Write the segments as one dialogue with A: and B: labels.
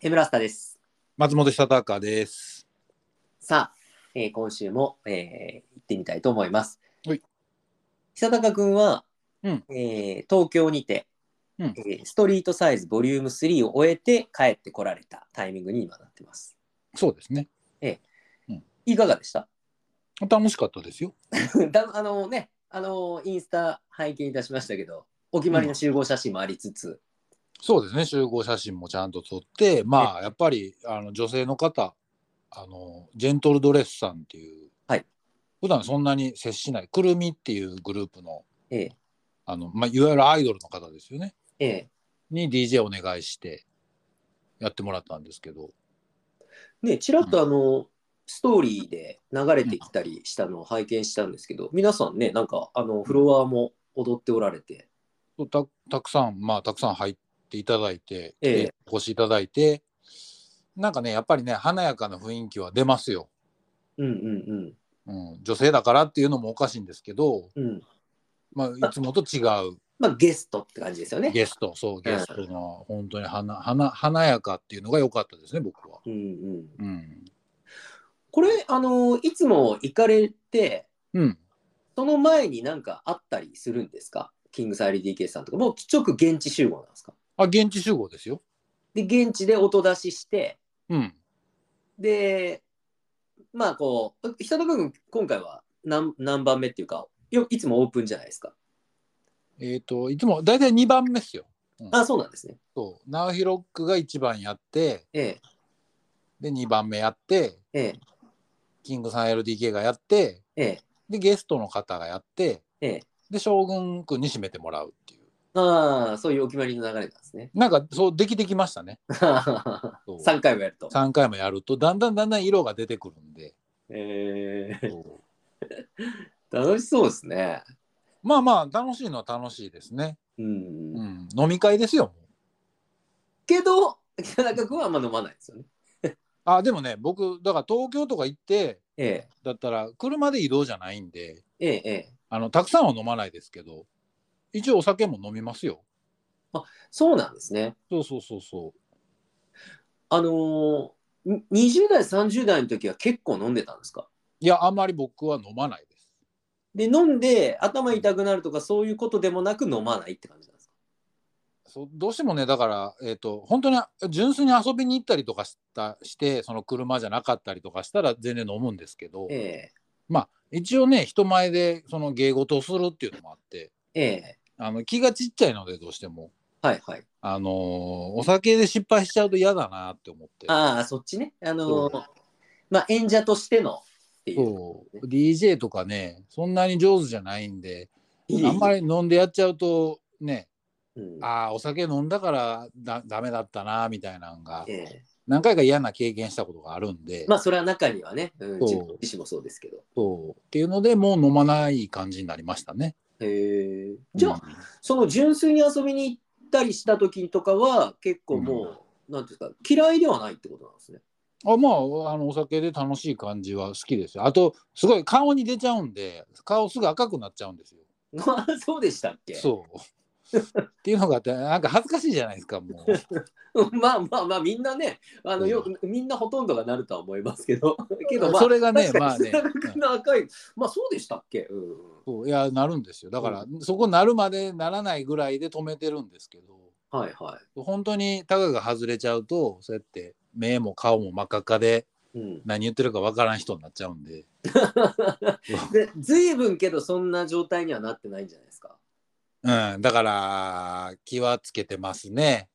A: エムラスタです。
B: 松本久隆です。
A: さあ、えー今週も、えー行ってみたいと思います。
B: はい。
A: 久高君は、
B: うん
A: えー東京にて、
B: うん
A: えーストリートサイズボリューム3を終えて帰ってこられたタイミングに今なってます。
B: そうですね。
A: いかがでした
B: 楽しかったですよ。
A: だあのね、あのインスタ拝見いたしましたけど、お決まりの集合写真もありつつ、
B: そうですね。集合写真もちゃんと撮って、まあやっぱりあの女性の方、あのジェントルドレスさんっていう、
A: はい
B: 普段そんなに接しないくるみっていうグループの
A: えー
B: あのまあいわゆるアイドルの方ですよね。
A: え
B: に DJ お願いしてやってもらったんですけど、
A: ーね、ちらっとあの、ストーリーで流れてきたりしたのを拝見したんですけど、皆さんね、なんかあのフロアも踊っておられて、
B: たたくさんまあたくさん入っていただいて、
A: ええ
B: 来てお越しいただいて、なんかねやっぱりね華やかな雰囲気は出ますよ。
A: うんうんうん。
B: うん、女性だからっていうのもおかしいんですけど、
A: うん、
B: まあ、いつもと違う
A: まあゲストって感じです よね。
B: ゲストそうゲストの本当に華華華やかっていうのが良かったですね僕は。
A: うんうん、
B: うん
A: これあのいつも行かれて
B: うん、
A: その前になんかあったりするんですかキングサイリー DK さんとかもう直現地集合なんですか
B: あ現地集合ですよ。
A: で現地で音出しして
B: うん、
A: でまあこう久田君今回は何何番目っていうかよいつもオープンじゃないですか。
B: えっ、といつも大体2番目っすよ。
A: あそうなんですね。
B: そうナウヒロックが1番やって
A: ええ
B: で2番目やって
A: ええ
B: キングさん LDK がやって
A: ええ
B: でゲストの方がやって
A: ええ。
B: で将軍君に締めてもらうっていう
A: ああそういうお決まりの流れなんです ね。
B: なんかそうできてきましたね。そう
A: 3回もやると。
B: 3回もやるとだんだんだんだん色が出てくるんで。
A: ええ
B: そう
A: 楽しそうですね。
B: まあまあ楽しいのは楽しいですね。
A: うん
B: う、ん、飲み会ですよ。もう
A: けど北中君はあんま飲まないですよね。
B: あでもね僕だから東京とか行って
A: え
B: だったら車で移動じゃないんで
A: え、ええ、ええ。
B: あのたくさんは飲まないですけど一応お酒も飲みますよ。
A: そうなんですね。
B: そうそうそうそ
A: あのー、に20代30代の時は結構飲んでたんですか
B: ういやあんまり僕は飲まないです。
A: で飲んで頭痛くなるとかそういうことでもなく飲まないって感じなんですか
B: そうどうしてもねだから、えー、と本当に純粋に遊びに行ったりとかしたしてその車じゃなかったりとかしたら全然飲むんですけど、
A: え
B: まあ一応ね人前でその芸事をするっていうのもあって
A: え、ええ、
B: あの気がちっちゃいのでどうしても
A: はいはい。
B: あのーお酒で失敗しちゃうと嫌だなって思って。
A: ああ、そっちね。あのー
B: そう
A: まあ演者としてのっていう。
B: そう。DJ とかね、そんなに上手じゃないんで、あんま
A: り、
B: り飲んでやっちゃうと、ね、
A: うん
B: ああ、お酒飲んだからだダメだったな、みたいなのが
A: え、え、
B: 何回か嫌な経験したことがあるんで、
A: まあそれは中にはね、うん、
B: そう
A: 自分自身もそうですけど。
B: そう。っていうので、もう飲まない感じになりましたね。
A: へえ。じゃあ、
B: うん
A: その純粋に遊びに行ったりした時とかは結構もう、なんていうんですか嫌いではないってことなんですね。
B: あまあ、あのお酒で楽しい感じは好きですよ。あと、すごい顔に出ちゃうんで、顔すぐ赤くなっちゃうんですよ。
A: あそうでしたっけ
B: そう。っていうのがあって、なんか恥ずかしいじゃないですか、もう。
A: まあまあまあみんなねあのよ、みんなほとんどがなるとは思いますけ どけどまあ
B: それがね
A: 確
B: ま
A: か
B: あ
A: に
B: ね
A: 砂川君の赤い、まあそうでしたっけ、うん、
B: そういやなるんですよだから、そこなるまでならないぐらいで止めてるんですけど
A: はいは
B: 本当にタガが外れちゃうとそうやって目も顔も真っ赤っかで
A: い、うん、
B: 何言ってるかわからん人になっちゃうんで
A: で随分けどそんな状態にはなってないんじゃないですか、
B: うんだから気はつけてますね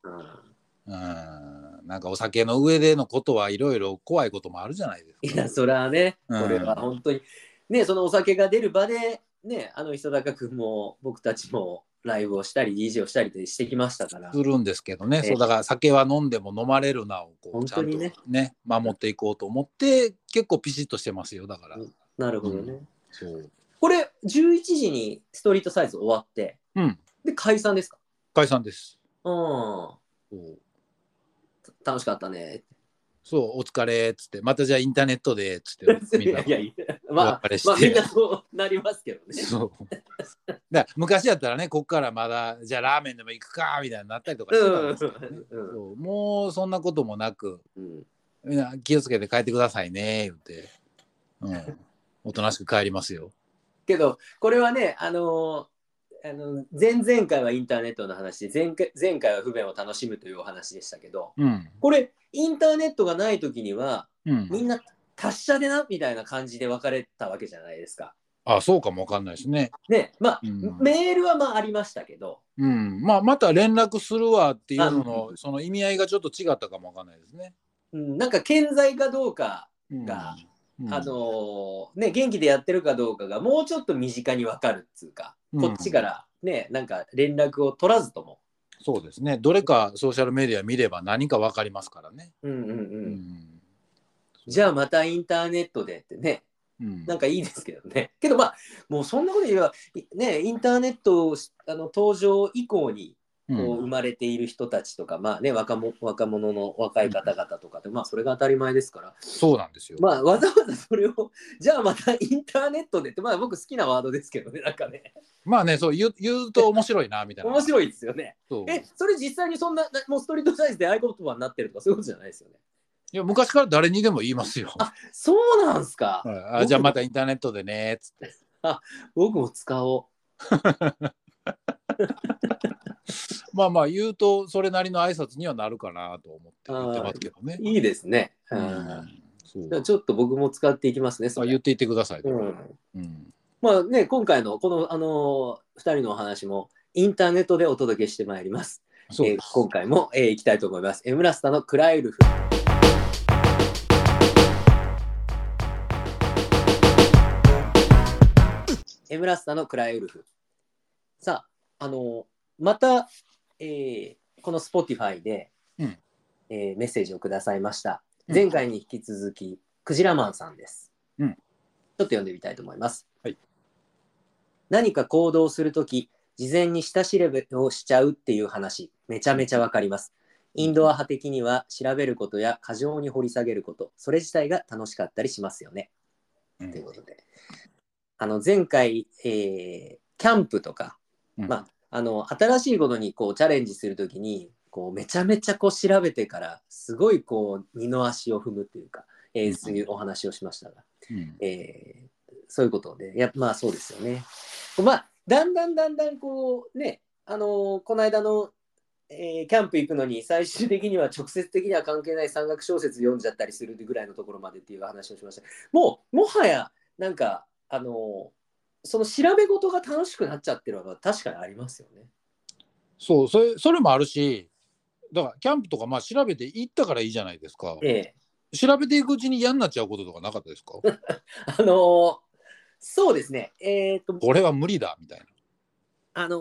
A: うん、
B: うんなんかお酒の上でのことはいろいろ怖いこともあるじゃないですか
A: いやそれはね
B: うん
A: これは本当に、ねそのお酒が出る場でねあの久高君も僕たちもライブをしたり DJ をしたりでしてきましたから
B: するんですけどね、
A: ええ
B: そうだから酒は飲んでも飲まれるなをこ
A: 本
B: うちゃ
A: 当
B: ん
A: に
B: と
A: ね
B: ね守っていこうと思って結構ピシッとしてますよだから、
A: うんなるほどね、
B: うそう
A: これ11時にストリートサイズ終わって
B: うん
A: で解散ですか
B: 解散です
A: うん
B: そう
A: 楽しかったね
B: そう、お疲れっつって、またじゃあインターネットでっつって、
A: い
B: みんな
A: やいやまあ
B: お別れして
A: まあみんなそうなりますけどね
B: そうだから昔やったらねこっからまだじゃあラーメンでも行くかみたいになったりとかしてたんですけどね、
A: うん
B: そうもうそんなこともなく
A: うん
B: みんな気をつけて帰ってくださいね言って、うん、おとなしく帰りますよ。
A: けどこれはねあのーあの前々回はインターネットの話で前回前回は不便を楽しむというお話でしたけど
B: うん
A: これインターネットがない時には
B: うん、
A: みんな達者でなみたいな感じで別れたわけじゃないですか。
B: あそうかもわかんないですね。
A: ねまあ、
B: うん
A: メールはまあありましたけど
B: うんまあ、また連絡するわっていうの
A: あう
B: のその意味合いがちょっと違ったかもわかんないですね。
A: うんなんか健在かどうか、
B: うん
A: が
B: うん
A: あのーね元気でやってるかどうかがもうちょっと身近に分かるっつうか、
B: うん
A: こっちからねなんか連絡を取らずとも。
B: そうですねどれかソーシャルメディア見れば何かわかりますからね。
A: うんうんうん
B: うん
A: じゃあまたインターネットでってね
B: うん
A: なんかいいですけどね。 けどまあもうそんなこと言えばいねインターネットをしあの登場以降に
B: う
A: こ
B: ん
A: う生まれている人たちとか、まあね若も若者の若い方々とかでまあそれが当たり前ですから、
B: そうなんですよ。
A: まあわざわざそれを じゃあまたインターネットでってまあ僕好きなワードですけどねなんかね
B: まあねそう言う言うと面白いなみたいな。
A: 面白いですよね。
B: そう
A: えそれ実際にそんななもうストリートサイズで合言葉になってるとかそういうことじゃないですよね。
B: いや昔から誰にでも言いま すよ。
A: あそうなんすか。
B: はいあじゃあまたインターネットでねっつって。
A: 僕も使おう。
B: まあまあ言うとそれなりの挨拶にはなるかなと思って
A: あー
B: 言ってますけどね。
A: いいですね。う
B: うんんそ
A: じ
B: う
A: ゃあちょっと僕も使っていきますね。そ
B: まあ
A: れ
B: 言っていってください。
A: うん
B: うん
A: まあね、今回のこの、あのー、2人のお話もインターネットでお届けしてまいります。
B: そう
A: えー
B: です
A: 今回も、えー、いきたいと思います。エムラスタのクライウルフ。エムラスタのクライウルフ。さあ、あのーまた、えーこの Spotify で、
B: うん
A: えーメッセージをくださいました。
B: うん
A: 前回に引き続き、クジラマンさんです。
B: う
A: ち
B: ん
A: ょっと読んでみたいと思います。
B: はい
A: 何か行動するとき、事前に下調べをしちゃうっていう話めちゃめちゃわかりますインドア派的には調べることや過剰に掘り下げることそれ自体が楽しかったりしますよね、
B: うん
A: ということであの前回、えーキャンプとか、
B: うん
A: まああの新しいことにこうチャレンジするときにこうめちゃめちゃこう調べてからすごいこう二の足を踏むっていうか、えー
B: うん
A: そういうお話をしましたが
B: うん
A: えーそういうことで、いやまあそうですよね。まあだんだんだんだんこうね、あのーこの間の、えーキャンプ行くのに最終的には直接的には関係ない山岳小説読んじゃったりするぐらいのところまでっていう話をしました。もうもはやなんかあのーその調べ事が楽しくなっちゃってるのは確かにありますよね。
B: そうそれそれもあるしだからキャンプとかまあ調べて行ったからいいじゃないですか。
A: ええ
B: 調べていくうちに嫌になっちゃうこととかなかったで すか
A: あのーそうですね。えっ、と
B: これは無理だみたいな。
A: あの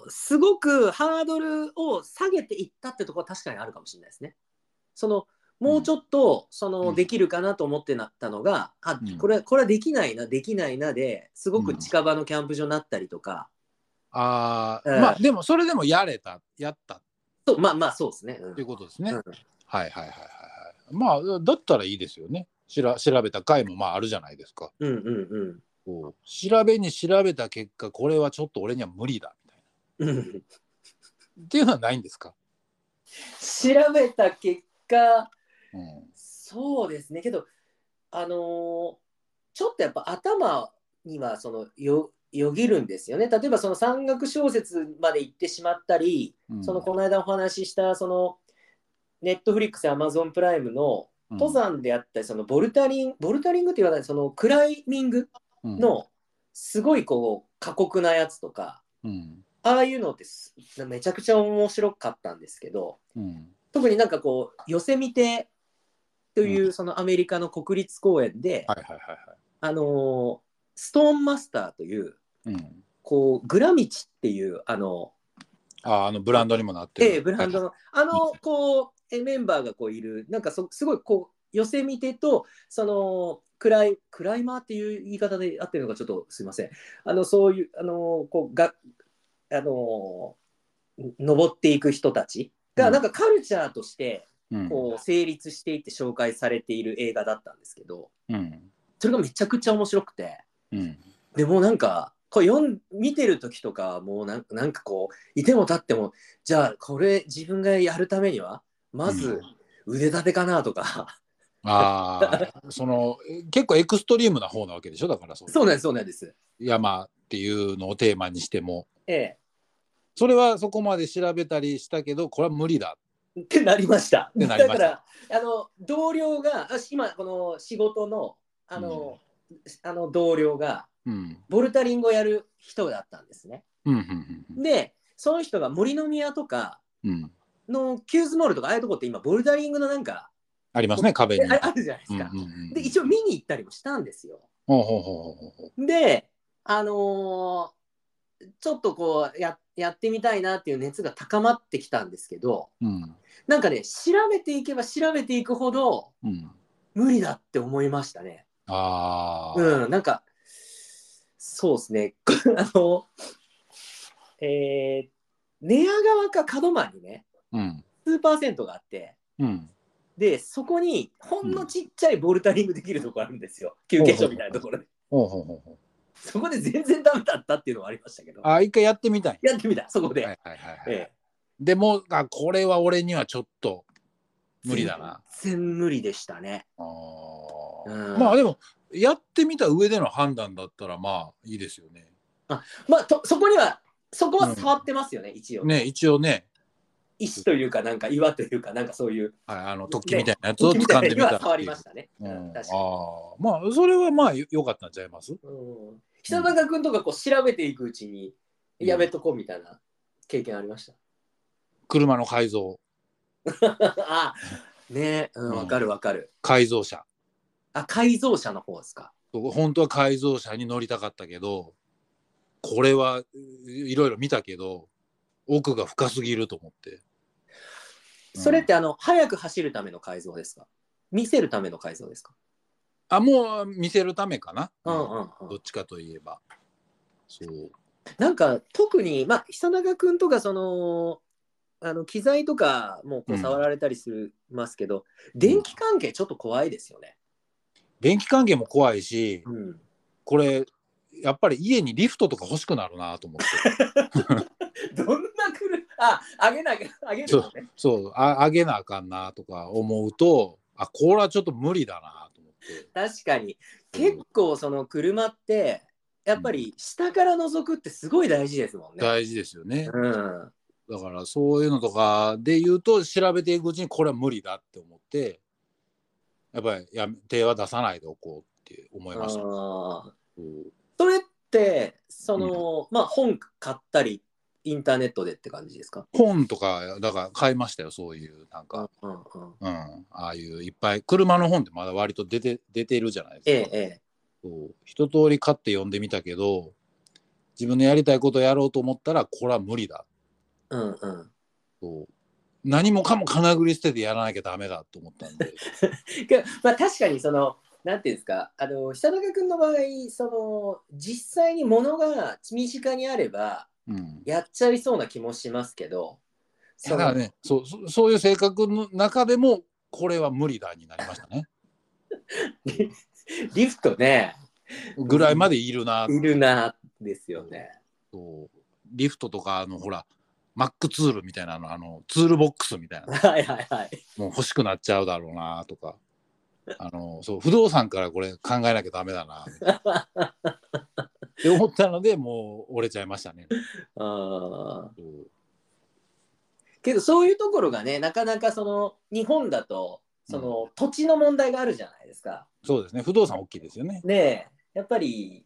A: ーすごくハードルを下げていったってところは確かにあるかもしれないですね。そのもうちょっと、その
B: うん
A: できるかなと思ってなったのが、あ
B: うん
A: これこれはできないなできないなですごく近場のキャンプ場になったりとか、
B: あー
A: ええ
B: まあでもそれでもやれたやったっ
A: とまあまあそうですね。うん
B: ていうことですね。
A: うん
B: はいはいはいはいはい。まあだったらいいですよね。しら調べた回もまああるじゃないですか。
A: うんうん
B: こう調べに調べた結果これはちょっと俺には無理だみたい
A: うんうん。
B: な。っていうのはないんですか、
A: 調べた結果
B: うん、
A: そうですねけどあのーちょっとやっぱ頭にはそのよよぎるんですよね例えばその山岳小説まで行ってしまったり、
B: うん
A: そのこの間お話ししたそのネットフリックスやアマゾンプライムの登山であったりそのボルダリングボルダリングって言わないそのクライミングのすごいこう過酷なやつとか
B: うん
A: ああいうのってすめちゃくちゃ面白かったんですけど、
B: うん
A: 特になんかこうヨセミテといううそのアメリカの国立公園で、
B: はいはいはいは
A: あのーストーンマスターという
B: い。うん、
A: こうグラミチっていうあの、
B: ああのブランドにもなってる。
A: ええブランドのあのこうえメンバーがこういるなんかそすごいこうヨセミテとそのクライクライマーっていう言い方で合ってるのかちょっとすいませんあのそういうあのーこうがあのー登っていく人たちがなんかカルチャーとして、
B: うん
A: こう成立していって紹介されている映画だったんですけど
B: うん
A: それがめちゃくちゃ面白くて
B: うん
A: でもうなんかこう読ん見てる時とかもうなんなんかこういても立ってもじゃあこれ自分がやるためにはまず腕立てかなとか、
B: ああ、そのえ結構エクストリームな方なわけでしょだからそう
A: そうなんですそうなんです
B: 山っていうのをテーマにしても
A: え
B: それはそこまで調べたりしたけどこれは無理だ。
A: えってなりました
B: てなりました
A: だからあの同僚があし今この仕事のあの,、あの同僚が
B: うん
A: ボルタリングをやる人だったんですね
B: うんうん
A: でその人が森の宮とか
B: うんうん、
A: のキューズモールとかああいうとこって今ボルダリングのなんか
B: ありますね壁に。
A: ああるじゃないですか、で一
B: 応
A: 応見に行ったりもしたんですよ
B: ほうほうほうほうほう
A: であのーちょっとこうややってみたいなっていう熱が高まってきたんですけど
B: うん
A: なんかね調べていけば調べていくほど
B: うん、
A: 無理だって思いましたね
B: ああ、
A: うんなんかそうですね あのえー、寝屋川か門真にね
B: うん
A: スーパー銭湯があって
B: うん、
A: でそこにほんのちっちゃいボルタリングできるとこあるんですよ、休憩所みたいなところで
B: ほうほうほうほう
A: そこで全然ダメだったっていうのはありましたけど
B: あー一回やってみたい。
A: やってみたそこで、
B: はいはいはいはい
A: ええ
B: でもあこれは俺にはちょっと無理だな。
A: 全然無理でしたね
B: あー
A: うん
B: まあでもやってみた上での判断だったらまあいいですよね。
A: まあとそこにはそこは触ってますよね、一応
B: ね一応ね、
A: 石というかなんか岩というかなんかそういう
B: はい、あの突起みたいなやつを
A: み
B: 掴
A: た
B: ん
A: いな
B: でみ
A: の
B: た
A: は触りましたね、
B: う
A: うんん、
B: あ
A: 確かに
B: あまあそれはまあよよかったんちゃいます
A: うん久坂君とかこう調べていくうちに
B: うん
A: やめとこうみたいな経験ありました、
B: 車の改造
A: あねうん、わかるわかる
B: 改造車
A: あ改造車の方ですか
B: 本当は改造車に乗りたかったけどこれはいろいろ見たけど奥が深すぎると思ってうん
A: それってあの、速く走るための改造ですか見せるための改造ですか
B: あもう見せるためかな、
A: うんうんう
B: ど
A: ん
B: っちかといえばそう
A: なんか特にまあ久永君とかそのあの機材とかもこ
B: う
A: うん触られたりするますけど、電気関係ちょっと怖いですよね。
B: 電気関係も怖いし
A: うん、
B: これやっぱり家にリフトとか欲しくなるなと思って
A: どんなくるあ上げなきゃ上げるのね。
B: そうああげなあかんなとか思うとあこれはちょっと無理だなと思って
A: 確かに結構その車ってやっぱり下から覗くってすごい大事ですもんね。
B: 大事ですよね、
A: うん、
B: だからそういうのとかで言うと調べていくうちにこれは無理だって思ってやっぱりやめ手は出さないでおこうって思いました。
A: あー
B: うん
A: それってその、まあ本買ったりインターネットでって感じですか
B: 本とかだから買いましたよそういうなんか、
A: うんうん、
B: うん、ああいういっぱい車の本ってまだ割と出て出てるじゃない
A: え
B: で
A: え
B: すか、
A: ええ
B: そう一通り買って読んでみたけど自分のやりたいことをやろうと思ったらこれは無理だ
A: うんうん。
B: そう何もかも金繰り捨ててやらなきゃダメだと思ったんで
A: けどまあ、確かにそのなんていうんですかあの久永君の場合その実際に物が身近にあれば
B: うん
A: やっちゃいそうな気もしますけど
B: だ
A: そ
B: から
A: の、
B: ねそうそそういう性格の中でもこれは無理だになりましたね
A: リフトね
B: ぐらいまでいるない
A: るなですよね。
B: とリフトとかあのほらマックツールみたいなのあのツールボックスみたいな
A: はいはいはい。
B: もう欲しくなっちゃうだろうなとかあのそう不動産からこれ考えなきゃダメだなみたいなって思ったのでもう折れちゃいましたね。
A: あー
B: そう
A: けどそういうところがねなかなかその日本だとその、土地の問題があるじゃないですか。
B: そうですね不動産大きいですよね。
A: ねえやっぱり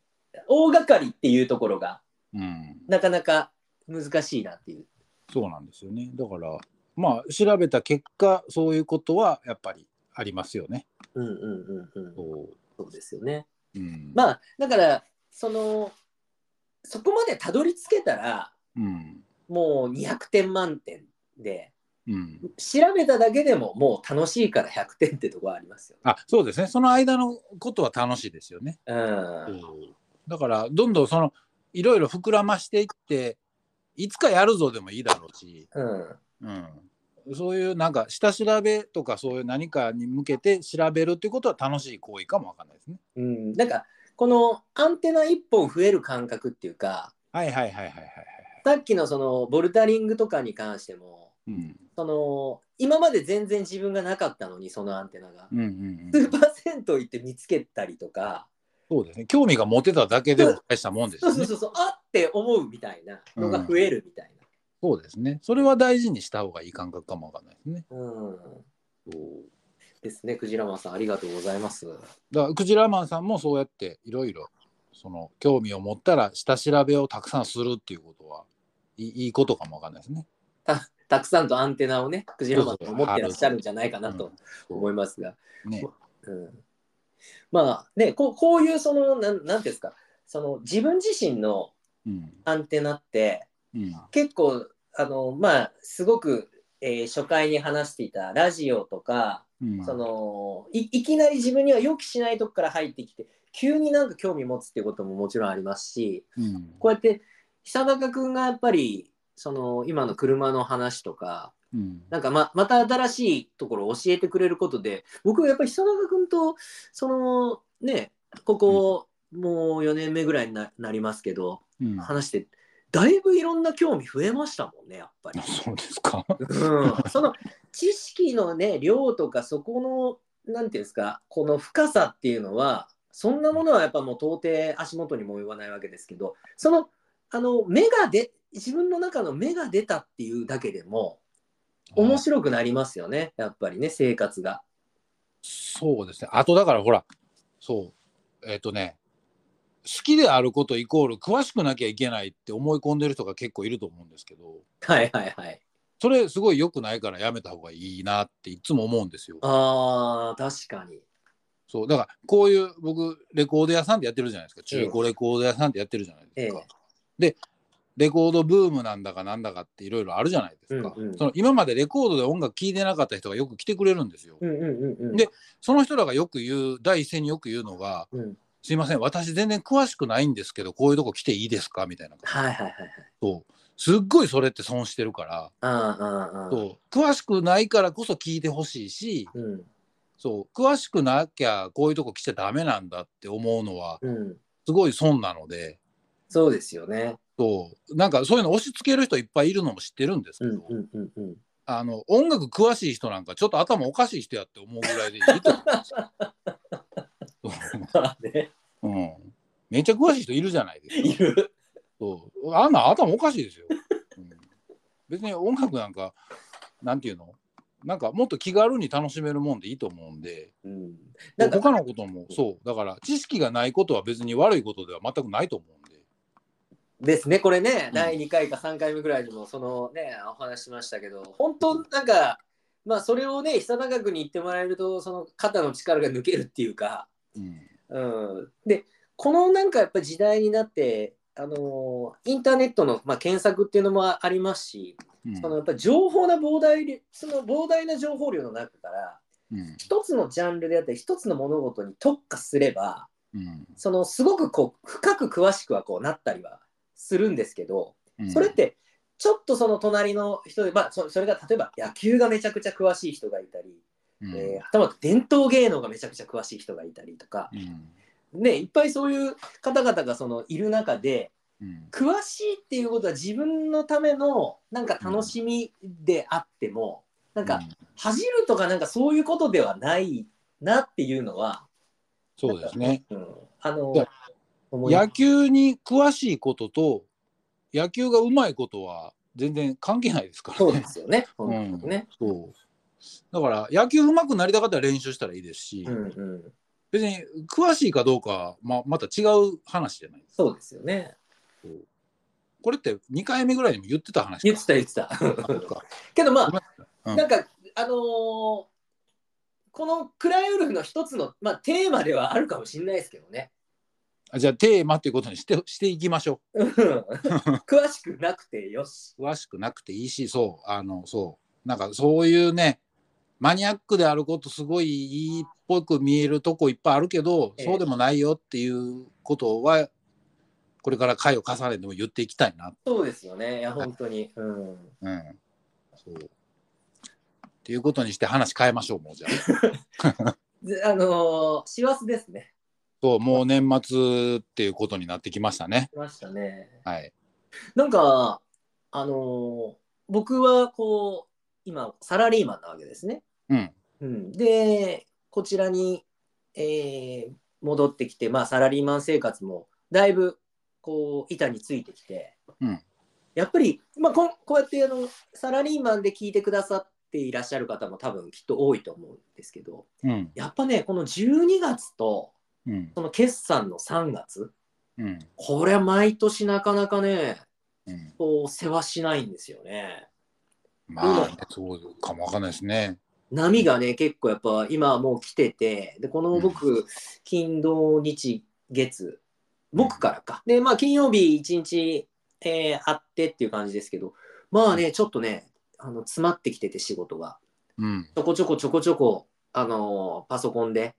A: 大掛かりっていうところが
B: うん
A: なかなか難しいなっていう。
B: そうなんですよね。だから、まあ、調べた結果、そういうことはやっぱりありますよね。
A: うんうんうんうん。
B: そ
A: そうですよね。
B: う。うん。
A: まあだからそのそこまでたどり着けたら
B: うん。
A: もう200点満点で
B: うん。
A: 調べただけでももう楽しいから100点ってとこはありますよ。
B: あ、そうですね。その間のことは楽しいですよね。
A: うん、
B: だから、どんどんその、いろいろ膨らましていって、いつかやるぞでもいいだろうし、
A: うん、
B: うん。そういうなんか下調べとかそういう何かに向けて調べるっていうことは楽しい行為かもわかんないですね。
A: うん、なんかこのアンテナ1本増える感覚っていうか
B: はいはいはいはいはい。
A: さっきのそのボルダリングとかに関しても
B: うん。
A: その今まで全然自分がなかったのにそのアンテナが
B: うんうんう
A: スー
B: ん。
A: パー銭湯行って見つけたりとか
B: そうですね。興味が持てただけでも大したもんです
A: そ
B: ね
A: う。そうそうそうあって思うみたいなのが増えるみたいな。
B: そうですね。それは大事にした方がいい感覚かもわかんないですね。
A: うん
B: そう
A: ですね、クジラマンさんありがとうございます。
B: だからクジラマンさんもそうやっていろいろその興味を持ったら下調べをたくさんするっていうことはいいいいことかもわかんないですね。
A: たたくさんとアンテナをね、クジラマンさん持ってらっしゃるんじゃないかなと思いますが、
B: ね。
A: うん、まあねこう、こういうその、なんなんていうんですか、その自分自身の
B: うん。
A: アンテナって、
B: うん。
A: 結構、あのまあ、すごく、えー初回に話していたラジオとか、
B: うん、
A: そのいいきなり自分には予期しないとこから入ってきて急になんか興味持つっていうことももちろんありますし
B: うん。
A: こうやって久高君がやっぱりその今の車の話とか
B: うん。
A: なんかままた新しいところを教えてくれることで僕はやっぱり久高君とそのねここもう4年目ぐらいにななりますけど
B: うん、
A: 話してだいぶいろんな興味増えましたもんねやっ ぱり。
B: そうですか。
A: うんその知識のね量とかそこのなんていうんですかこの深さっていうのはそんなものはやっぱもう到底足元にも及ばないわけですけどそのあの目がで自分の中の目が出たっていうだけでも面白くなりますよねやっぱりね生活が。
B: そうですね。あとだからほら、そう、えっ、とね、好きであることイコール詳しくなきゃいけないって思い込んでる人が結構いると思うんですけど、
A: はいはいはい。
B: それすごい良くないからやめた方がいいなっていつも思うんですよ。
A: あー確かに。
B: そうだからこういう僕レコード屋さんでやってるじゃないですか中古レコード屋さんでやってるじゃないですか。でレコードブームなんだかなんだかっていろいろあるじゃないですか、
A: うんうん
B: その今までレコードで音楽聴いてなかった人がよく来てくれるんですよ。
A: うんうんうんうん。
B: でその人らがよく言う第一声によく言うのが
A: うん、
B: 「すいません私全然詳しくないんですけどこういうとこ来ていいですか?」みたいな
A: はいはいはいはい。
B: そうすっごいそれって損してるから、
A: あーあーあー
B: そう詳しくないからこそ聞いてほしいし
A: うん
B: そう詳しくなきゃこういうとこ来ちゃダメなんだって思うのは
A: うん。
B: すごい損なので
A: そうですよね。
B: そうなんかそういうの押し付ける人いっぱいいるのも知ってるんですけ
A: う
B: ど、
A: んうんうんうん。
B: あの音楽詳しい人なんかちょっと頭おかしい人やって思うぐらいでいいと思 うんですよ
A: まあね
B: そう、うん、めっちゃ詳しい人いるじゃないですか
A: いる。
B: そうあんなん頭おかしいですよ、 うん別に音楽なんかなんていうのなんかもっと気軽に楽しめるもんでいいと思うんで
A: うん、なんか
B: 他のこともそうだから知識がないことは別に悪いことでは全くないと思うんで
A: ですねこれね、
B: ん
A: 第2回か3回目ぐらいにもそのねお話しましたけど本当なんかまあそれをね久永君に言ってもらえるとその肩の力が抜けるっていうか、
B: うん
A: うん、でこのなんかやっぱ時代になってあのーインターネットの、まあ、検索っていうのもありますし、
B: うん
A: そのやっぱ情報の膨大りその膨大な情報量の中から
B: うん
A: 一つのジャンルであったり一つの物事に特化すれば
B: うん
A: そのすごくこう深く詳しくはこうなったりはするんですけど、
B: うん
A: それってちょっとその隣の人で、まあ、そそれが例えば野球がめちゃくちゃ詳しい人がいたり、
B: うん
A: えーはたまた伝統芸能がめちゃくちゃ詳しい人がいたりとか、
B: うん
A: ね、いっぱいそういう方々がそのいる中で
B: うん
A: 詳しいっていうことは自分のためのなんか楽しみであっても、なんか恥じるとかなんかそういうことではないなっていうのは、
B: そうですね。
A: うん、あの
B: いや
A: 思います
B: 野球に詳しいことと野球がうまいことは全然関係ないですから
A: そう
B: ね
A: で。すよ ね。本当にね。
B: そうだから野球うまくなりたかったら練習したらいいですし、
A: うんうん。
B: 別に詳しいかどうかはままた違う話じゃないですか。
A: そうですよね。
B: これって2回目ぐらいにも言ってた話か。
A: 言ってた言ってた。
B: あそうか
A: けどまあ、
B: うん
A: なんかあのーこのクライウルフの一つの、まあ、テーマではあるかもしれないですけどね
B: あじゃあテーマということにしてしていきましょ
A: うん詳しくなくてよし
B: う。詳しくなくていいしそうあのそうなんかそういうねマニアックであることすごいいいっぽく見えるとこいっぱいあるけど、
A: ええ
B: そうでもないよっていうことはこれから回を重ねても言っていきたいな。
A: そうですよねいや本当に、うん、
B: うん、そうっていうことにして話変えましょうもうじゃあ。
A: であのー師走ですね
B: そう、もう年末っていうことになってきましたね。
A: ましたね。
B: はい。
A: なんか、あのー僕はこう、今、サラリーマンなわけですね。
B: うん。
A: うん、で、こちらに、えー戻ってきて、まあ、サラリーマン生活もだいぶこう板についてきて、
B: うん
A: やっぱり、まあ、こんこうやってあのサラリーマンで聞いてくださっていらっしゃる方も多分きっと多いと思うんですけど
B: うん。
A: やっぱねこの12月と
B: うん。
A: その決算の3月
B: うん。
A: これは毎年なかなかね
B: うん、
A: こう世話しないんですよね。
B: まあ、そうかもわかんないですね。
A: 波がね結構やっぱ今はもう来ててでこの僕、
B: う
A: 金土日月僕からか、でまあ金曜日一日、えーあってっていう感じですけどまあねちょっとねあの詰まってきてて仕事が
B: うん。
A: ちょこちょこちょこちょこあのーパソコンで、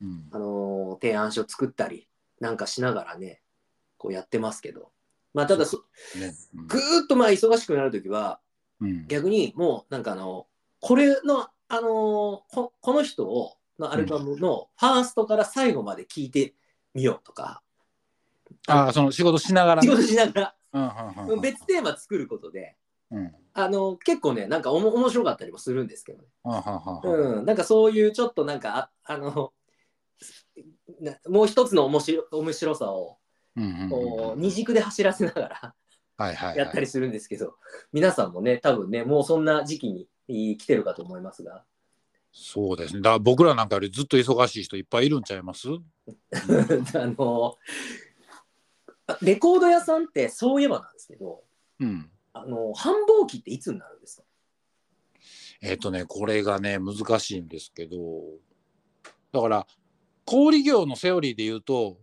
B: うん
A: あのー提案書作ったりなんかしながらねこうやってますけどまあただそ
B: ね
A: ぐーっとまあ忙しくなるときは
B: うん。
A: 逆にもうなんかあのこれのあのーここの人をのアルバムのファーストから最後まで聴いてみようとか、
B: ああ、その仕事しながら
A: 仕
B: ね。
A: 事しなが
B: うんうんうんう
A: ら
B: ん
A: 別テーマ作ることで、
B: うんうん
A: あのー結構ねなんかおも面白かったりもするんですけどね、
B: うんうん
A: うん、なんかそういうちょっとなんかああのなもう一つの面白面白さを
B: うん
A: こう
B: う
A: ん二軸で走らせながら
B: はいはいはい
A: やったりするんですけど、皆さんもね多分ねもうそんな時期にえー来てるかと思いますが。
B: そうですね。だから僕らなんかよりずっと忙しい人いっぱいいるんちゃいます
A: あのレコード屋さんってそういえばなんですけど
B: うん。
A: あの繁忙期っていつになるんですか
B: えっ、とね、これがね、難しいんですけど、だから、小売業のセオリーで言うと、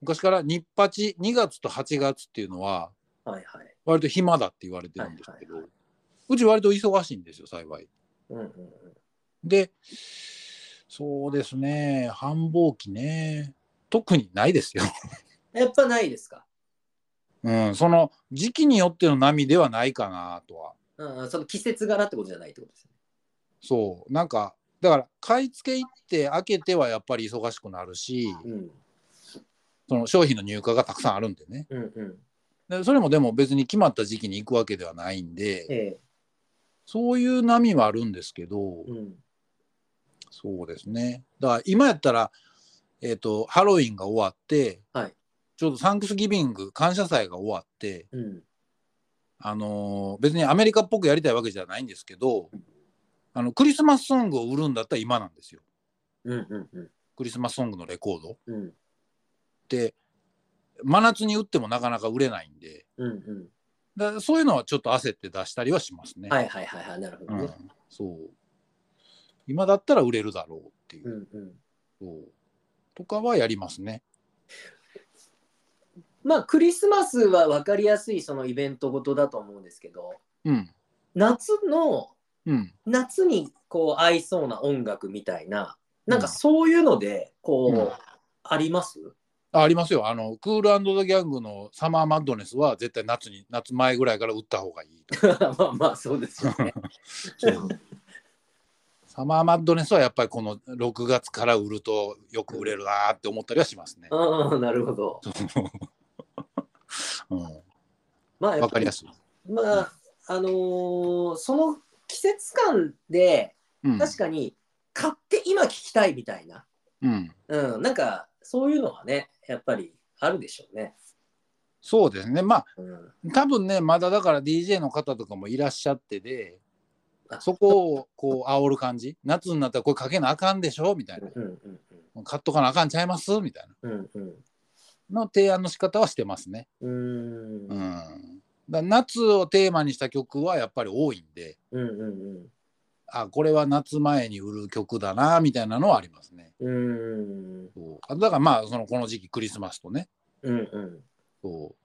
B: 昔から日八、2月と8月っていうのは、
A: はいはい。
B: 割と暇だって言われてるんですけど、
A: はいはいう
B: ち割と忙しいんですよ、幸い。
A: うんうん
B: で、そうですね、繁忙期ね、特にないですよ。
A: うん、やっぱないですか、
B: うん、その時期によっての波ではないかなとは。
A: うん、その季節柄ってことじゃないってことですね。
B: そう、なんか、だから、買い付け行って開けてはやっぱり忙しくなるし、
A: うん
B: その商品の入荷がたくさんあるんでね。
A: うんうん。
B: でそれもでも別に決まった時期に行くわけではないんで、
A: え
B: そういう波はあるんですけど
A: え、うん。
B: そうですね。だから今やったら、えっ、と、ハロウィンが終わって、
A: はい
B: ちょうどサンクスギビング、感謝祭が終わって、
A: うん。
B: あのー別にアメリカっぽくやりたいわけじゃないんですけど、あの、クリスマスソングを売るんだったら今なんですよ。
A: うんうんうん
B: クリスマスソングのレコード。
A: うん
B: で、真夏に売ってもなかなか売れないんで、
A: うんうん。
B: だからそういうのはちょっと焦って出したりはしますね。
A: はいはいはいはい。なるほど
B: う
A: ね。
B: ん、そう今だったら売れるだろうっていうう,、
A: んうん。
B: そうとかはやりますね
A: まあクリスマスは分かりやすいそのイベントごとだと思うんですけど
B: うん
A: 夏の
B: うん
A: 夏にこう合いそうな音楽みたいななんか
B: うん
A: そういうのでこう、
B: うん
A: あります
B: あありますよあのクールザ・ギャングの「サマー・マッドネス」は絶対夏に夏前ぐらいから売った方がいいと
A: まあまあそうですよね。
B: そうサマー・マッドネスはやっぱりこの6月から売るとよく売れるなーって思ったりはしますね、
A: ああなるほど。
B: うん、わ、
A: まあやっ
B: か
A: ぱ
B: り
A: り
B: やすい、
A: まああのーその季節感で
B: うん、
A: 確かに買って今聴きたいみたいな、
B: うん、
A: うん、なんかそういうのはねやっぱりあるでしょうね。
B: そうですねまあ
A: うん、
B: 多分ねまだだから DJ の方とかもいらっしゃってで
A: あ
B: そこをこう煽る感じ夏になったらこれかけなあかんでしょみたい
A: うんうん
B: な買っとかなあかんちゃいますみたい
A: うんうんうん
B: なの提案の仕方はしてますね。
A: うーん
B: うん、だから夏をテーマにした曲はやっぱり多いんで
A: うんうん
B: あこれは夏前に売る曲だなみたいなのはありますね。
A: うんうん
B: そうあだからまあそのこの時期クリスマスとね
A: うんうん
B: そう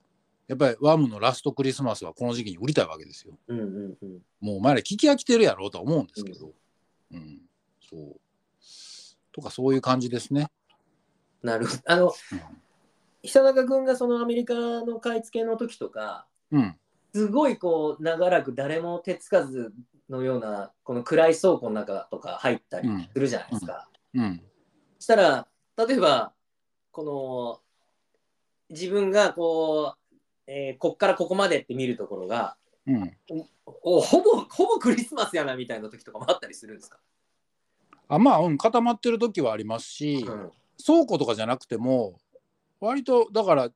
B: やっぱりワムのラストクリスマスはこの時期に売りたいわけですよ。
A: うんうんうん
B: もうお前ら聞き飽きてるやろうとは思うんですけど、うん、そう。とかそういう感じですね。
A: なるほど。あの久中君がそのアメリカの買い付けの時とか
B: うん、
A: すごいこう長らく誰も手つかずのようなこの暗い倉庫の中とか入った
B: う
A: り
B: ん、
A: するじゃないですか。
B: うん、
A: したら例えばこの自分がこう、えーこっからここまでって見るところが
B: うん、
A: おほぼほぼクリスマスやなみたいな時とかもあったりするんですか、
B: あまあ、うん、固まってる時はありますし、
A: うん
B: 倉庫とかじゃなくても割とだから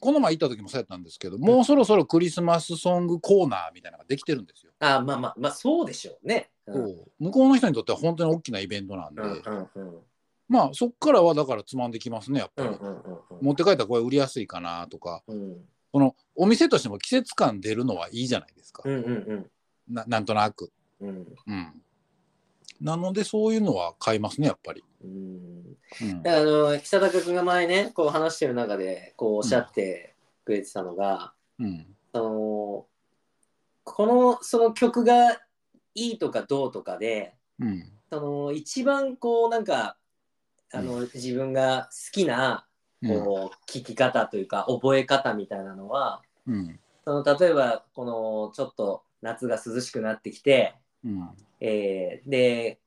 B: この前行った時もそうやったんですけどもうそろそろクリスマスソングコーナーみたいなのができてるんですよ。
A: あまあまあまあそうでしょうね。うん
B: こう向こうの人にとっては本当に大きなイベントなんで、
A: うんうんうん
B: まあそっからはだからつまんできますねやっぱ
A: う
B: り、
A: んうんうん
B: 持って帰ったらこれ売りやすいかなとか
A: うん
B: このお店としても季節感出るのはいいじゃないですか、
A: うんうん
B: ななんとなく、
A: うんうん
B: うん、なのでそういうのは買いますねやっぱり、
A: うん
B: うん
A: だからあの久高君が前ねこう話してる中でこうおっしゃってくれてたのが、
B: うん
A: そのこのその曲がいいとかどうとかで
B: うん
A: その一番こうなんかあの、自分が好きな
B: うん
A: こう聞き方というか覚え方みたいなのは
B: うん
A: その例えばこのちょっと夏が涼しくなってきて、
B: うん
A: えーで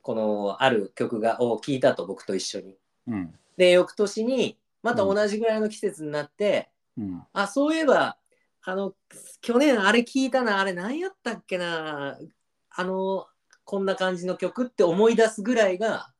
A: このある曲がを聴いたと僕と一緒に。
B: うん
A: で翌年にまた同じぐらいの季節になって、
B: うん
A: あそういえばあの去年あれ聞いたなあれ何やったっけなあのこんな感じの曲って思い出すぐらいが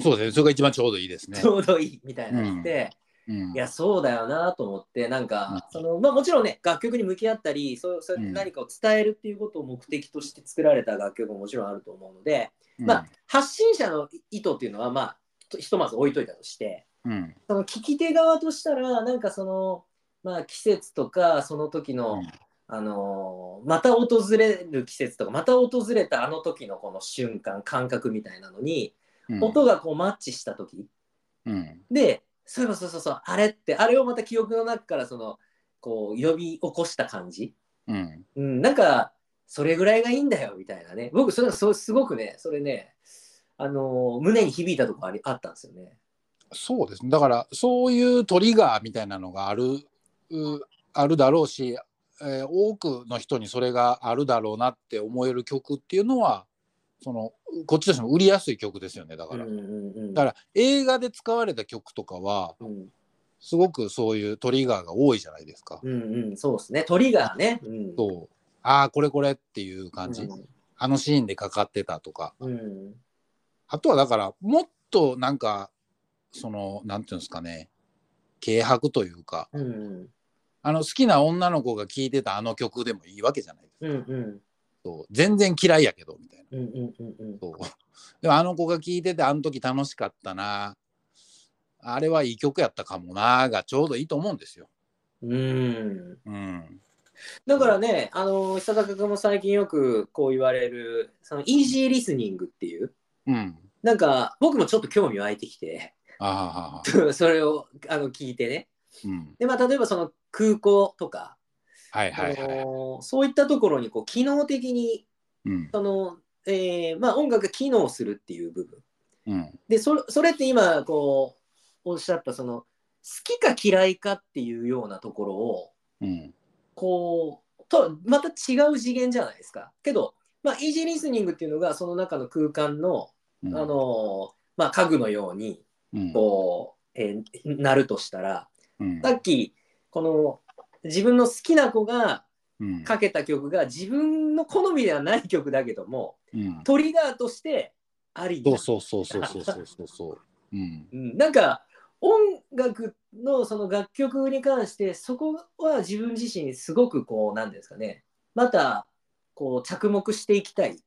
B: そうですねそれが一番ちょうどいいですね
A: ち。ょうどいいみたいなので、
B: うん
A: いやそうだよなと思ってなんか、
B: う
A: そ
B: ん
A: のまあ、もちろんね楽曲に向き合ったりそうそうやって
B: うん
A: 何かを伝えるっていうことを目的として作られた楽曲ももちろんあると思うので、
B: うん
A: まあ発信者の意図っていうのはまあとひとまず置いといたとして。
B: うん
A: その聞き手側としたらなんかその、まあ、季節とかその時の、
B: うん
A: あのーまた訪れる季節とかまた訪れたあの時のこの瞬間感覚みたいなのに、
B: うん
A: 音がこうマッチした時
B: うん
A: でそういえばそうそうそうあれってあれをまた記憶の中からそのこう呼び起こした感じ、
B: うん
A: うん、なんかそれぐらいがいいんだよみたいなね僕それがそうすごくねそれね、あのー胸に響いたとこありあったんですよね。
B: そうですねだからそういうトリガーみたいなのがあるうあるだろうし、えー多くの人にそれがあるだろうなって思える曲っていうのはそのこっちとしても売りやすい曲ですよねだから。
A: うんうんうん
B: だから映画で使われた曲とかは
A: うん
B: すごくそういうトリガーが多いじゃないですか。
A: うんうん、そうですね。トリガーね。うん。
B: そうああこれこれっていう感じ、あのシーンでかかってたとか
A: うん。うん。
B: あとはだからもっとなんかそのなんていうんですかね軽薄というか
A: うんうん。
B: あの好きな女の子が聴いてたあの曲でもいいわけじゃないですか。
A: うんうん。
B: そう全然嫌いやけどみたいな。
A: うんうんうんうん。
B: そうでもあの子が聴いててあの時楽しかったなあれはいい曲やったかもながちょうどいいと思うんですよ。
A: うん。
B: うん。
A: だからね、あの、久高君も最近よくこう言われる、その、イージーリスニングっていう、
B: うん。
A: なんか、僕もちょっと興味湧いてきて、
B: あははは。
A: それを、あの、聞いてね。
B: うん。
A: で、まあ、例えばその、空港とか、
B: はいはい
A: あ
B: はい。
A: のそういったところに、こう、機能的に、
B: うん。
A: その、えーまあ、音楽が機能するっていう部分。
B: うん。
A: でそそれって今こうおっしゃったその好きか嫌いかっていうようなところを
B: うん。
A: こうとまた違う次元じゃないですかけど、まあ、イージーリスニングっていうのがその中の空間の、
B: うん
A: あの、ーまあ、家具のように
B: うん。
A: こう、えーなるとしたら
B: うん
A: さっきこの自分の好きな子が
B: うん
A: かけた曲が自分の好みではない曲だけども
B: うん
A: トリガーとしてあり
B: そうそうそうそうそうそうそうそう。うん。
A: うん、なんか音楽のその楽曲に関してそこは自分自身すごくこうなんですかねまたこう着目していきたい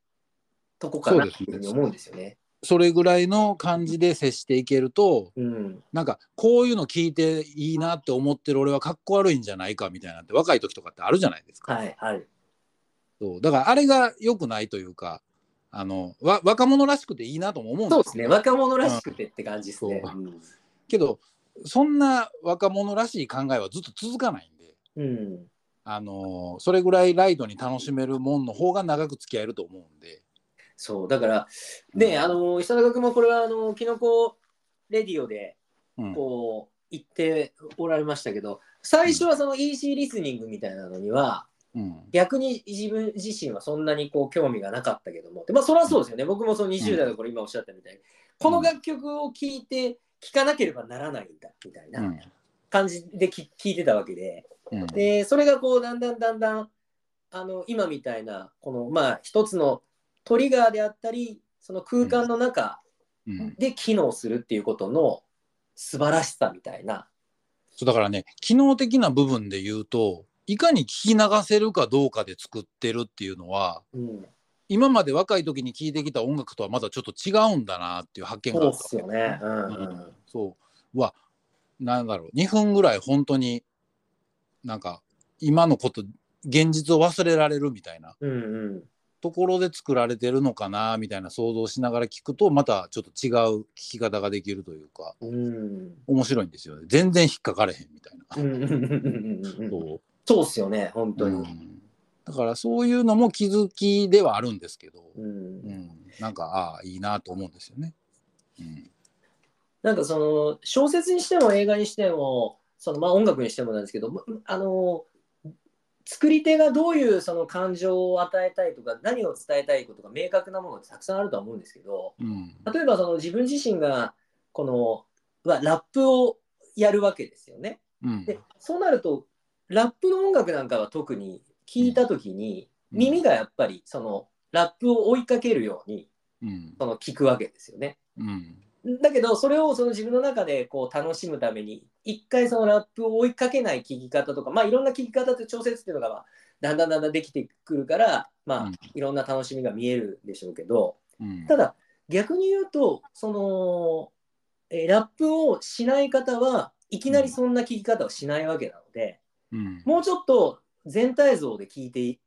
A: とこかなっていうふうに思うんですよね。
B: それぐらいの感じで接していけると
A: うん、
B: なんかこういうの聞いていいなって思ってる俺はかっこ悪いんじゃないかみたいなって若い時とかってあるじゃないですか。
A: はいはい。
B: そうだからあれが良くないというかあのわ若者らしくていいなとも思うん
A: そう
B: で
A: ですすね若者らしくてって感じですね。
B: そう
A: うん
B: けどそんな若者らしい考えはずっと続かないんで、
A: うん
B: あのそれぐらいライトに楽しめるもんの方が長く付き合えると思うんで。
A: そうだからね、あの久田君もこれはあのキノコレディオで
B: うん
A: こう言っておられましたけど最初はその EC リスニングみたいなのには、
B: うん
A: 逆に自分自身はそんなにこう興味がなかったけどもでまあそれはそうですよね僕もその20代の頃今おっしゃったみたいに、この楽曲を聴いて聞かなければならないんだみたいうなん感じでき聞いてたわけで
B: うん
A: でそれがこうだんだんだんだんあの今みたいなこのまあ一つのトリガーであったりその空間の中
B: うん
A: で機能するっていうことの素晴らしさみたいな
B: そうだからね機能的な部分で言うといかに聞き流せるかどうかで作ってるっていうのは
A: うん
B: 今まで若い時に聴いてきた音楽とはまだちょっと違うんだなっていう発見
A: そ
B: が
A: う
B: あ
A: っ
B: った
A: すよね。うんうん
B: そううわなんだろう2分ぐらい本当になんか今のこと現実を忘れられるみたいな
A: うんうん
B: ところで作られてるのかなみたいな想像しながら聞くとまたちょっと違う聞き方ができるというか
A: うん
B: 面白いんですよね全然引っかかれへんみたいな。
A: うんうんうんうんうん
B: そう
A: そうっすよね本当
B: う
A: に。
B: んだからそういうのも気づきではあるんですけど、
A: う
B: うんん、なんかああいいなと思うんですよね。うん
A: なんかその小説にしても映画にしてもそのまあ音楽にしてもなんですけどまあの作り手がどういうその感情を与えたいとか何を伝えたいことが明確なものってたくさんあるとは思うんですけど
B: うん
A: 例えばその自分自身がこのまあラップをやるわけですよね。
B: うん
A: でそうなるとラップの音楽なんかは特に聞いた時に
B: うん
A: 耳がやっぱりそのラップを追いかけるように
B: うん
A: その聞くわけですよね。
B: うん
A: だけどそれをその自分の中でこう楽しむために一回そのラップを追いかけない聞き方とかまあいろんな聞き方って調節っていうのがまあだんだんだんだんできてくるからま
B: う
A: あ
B: ん
A: いろんな楽しみが見えるでしょうけど
B: うん
A: ただ逆に言うとその、えーラップをしない方はいきなりそんな聞き方をしないわけなので
B: うん
A: もうちょっと全体像で聞いてい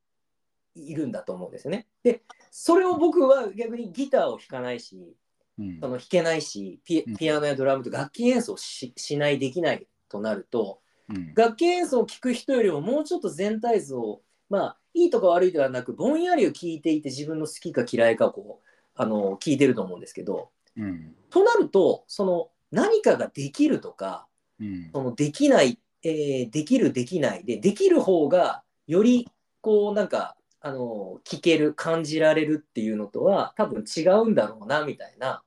A: いるんだと思うんですよね。でそれを僕は逆にギターを弾かないし
B: うん
A: その弾けないしピ
B: うん
A: ピアノやドラムと楽器演奏ししないできないとなると
B: うん
A: 楽器演奏を聴く人よりももうちょっと全体像をまあいいとか悪いではなくぼんやりを聞いていて自分の好きか嫌いかをこうあの聞いてると思うんですけど
B: うん
A: となるとその何かができるとか
B: うん
A: そのできない、えーできるできないでできる方がよりこうなんかあの聞ける感じられるっていうのとは多分違うんだろうなみたいな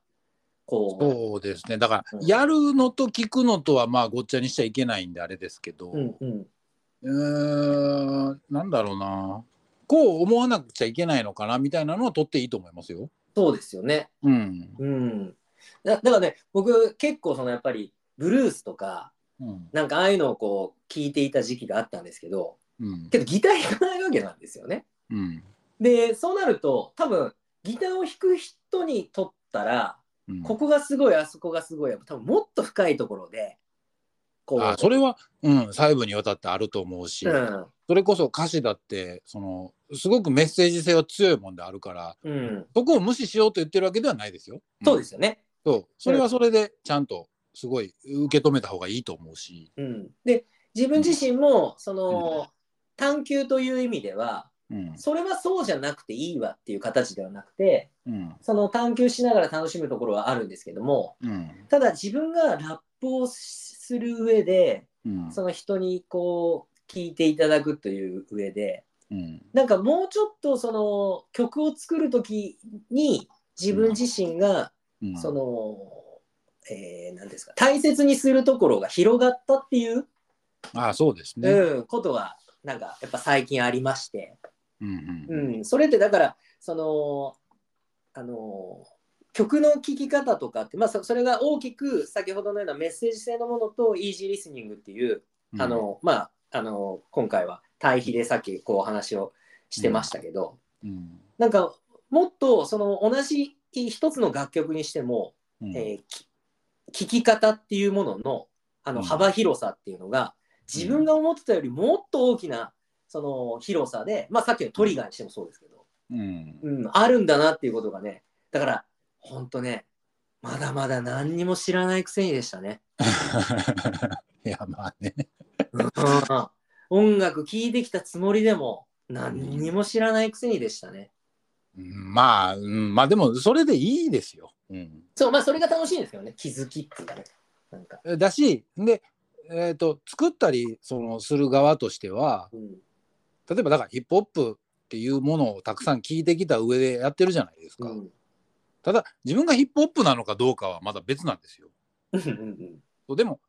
A: こう
B: そうですねだか
A: う
B: ら
A: ん
B: やるのと聞くのとはまあごっちゃにしちゃいけないんであれですけど、
A: うんうん
B: うーんなんだろうなこう思わなくちゃいけないのかなみたいなのは取っていいと思いますよ。
A: そうですよね。
B: うん
A: うん。だだからね、僕結構そのやっぱりブルースとか、
B: うん
A: なんかああいうのをこう聞いていた時期があったんですけど、
B: うん
A: けどギター弾かないわけなんですよね。
B: うん
A: で、そうなると多分ギターを弾く人にとったら、
B: うん
A: ここがすごい、あそこがすごい、多分もっと深いところで、こう、
B: あそれは、うん、細部にわたってあると思うし、
A: うん、
B: それこそ歌詞だってそのすごくメッセージ性は強いもんであるから
A: うん、
B: そこを無視しようと言ってるわけではないですよ。ん
A: そうですよね。
B: そうそれはそれでちゃんとすごい受け止めた方がいいと思うし。
A: うん。で、自分自身も、その、探求という意味では、
B: うん
A: それはそうじゃなくていいわっていう形ではなくて
B: うん
A: その探求しながら楽しむところはあるんですけども
B: うん
A: ただ自分がラップをする上で
B: うん
A: その人にこう聞いていただくという上で
B: うん
A: なんかもうちょっとその曲を作る時に自分自身が
B: うん
A: その、えー何ですか大切にするところが広がったっていう、
B: ああそうですね。
A: うん、ことがなんかやっぱ最近ありまして。
B: うんうん
A: うん、それってだからそのあの曲の聴き方とかって、まあ、そそれが大きく先ほどのようなメッセージ性のものとイージーリスニングっていう、あのまあ、あの今回は対比でさっきこうお話をしてましたけど、
B: うん
A: なんかもっとその同じ一つの楽曲にしても、
B: うん
A: えーき聴き方っていうもののあの
B: うん
A: 幅広さっていうのが自分が思ってたよりもっと大きなその広さで、まあ、さっきのトリガーにしてもそうですけど、
B: うん
A: うん、あるんだなっていうことがねだからほんとねまだまだ何にも知らないくせにでしたね。
B: いやまあね。
A: うん音楽聴いてきたつもりでも何にも知らないくせにでしたね。
B: うんまあ、うん、まあでもそれでいいですよ。うん、
A: そうまあそれが楽しいんですよね気づきっていうかね。なんか、
B: だしで、えー、と作ったりそのする側としては
A: うん、
B: 例えばだからヒップホップっていうものをたくさん聞いてきた上でやってるじゃないです
A: う
B: か、
A: ん
B: ただ自分がヒップホップなのかどうかはまだ別なんですよ。
A: うんうん
B: そうでも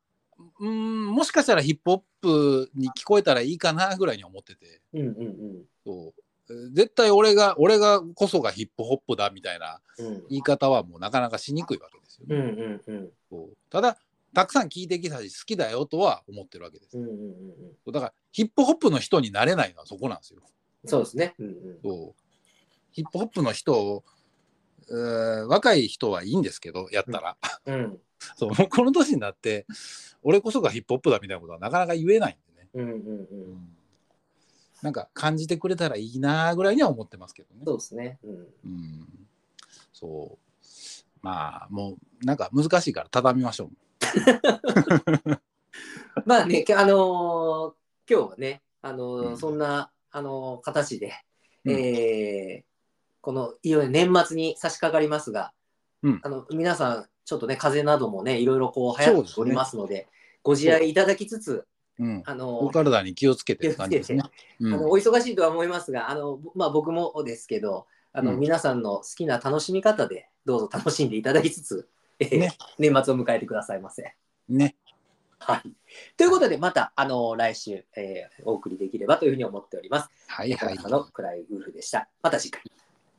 B: うーんもしかしたらヒップホップに聞こえたらいいかなぐらいに思ってて
A: うんうんうん
B: そうえー絶対俺が俺がこそがヒップホップだみたいな
A: うん
B: 言い方はもうなかなかしにくいわけですよ
A: う
B: ね。
A: んうんうん
B: そうただたくさん聞いてきたし好きだよとは思ってるわけです。
A: うんうんうん
B: そうだからヒップホップの人になれないのはそこなんですよ。
A: そうですね。うんうん
B: そうヒップホップの人をうーん若い人はいいんですけどやったら、
A: うん
B: そうもうこの年になって俺こそがヒップホップだみたいなことはなかなか言えないんでね、
A: うんうんうん
B: なんか感じてくれたらいいなぐらいには思ってますけどね
A: そうですね。うん
B: うんそうまあもうなんか難しいから畳みましょう
A: まあね、きあのー今日はね、あのー
B: うん
A: そんな、あのー形で、
B: うん
A: えーこのいよいよ年末に差し掛かりますが、
B: うん
A: あの皆さん、ちょっとね、風邪などもね、いろいろこう流行っておりますので、ご自愛いただきつつ、
B: うん
A: あ
B: お
A: のー
B: 体に気をつけてる感じですね
A: 気を。
B: うん
A: あのお忙しいとは思いますが、あのまあ、僕もですけどあの、
B: うん
A: 皆さんの好きな楽しみ方で、どうぞ楽しんでいただきつつ、えー
B: ね
A: 年末を迎えてくださいませ。
B: ね、
A: はい。ということで、また、あの、来週、えーお送りできればというふうに思っております。
B: はいはい
A: あの、クライウルフでした。また次回。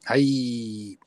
B: はい。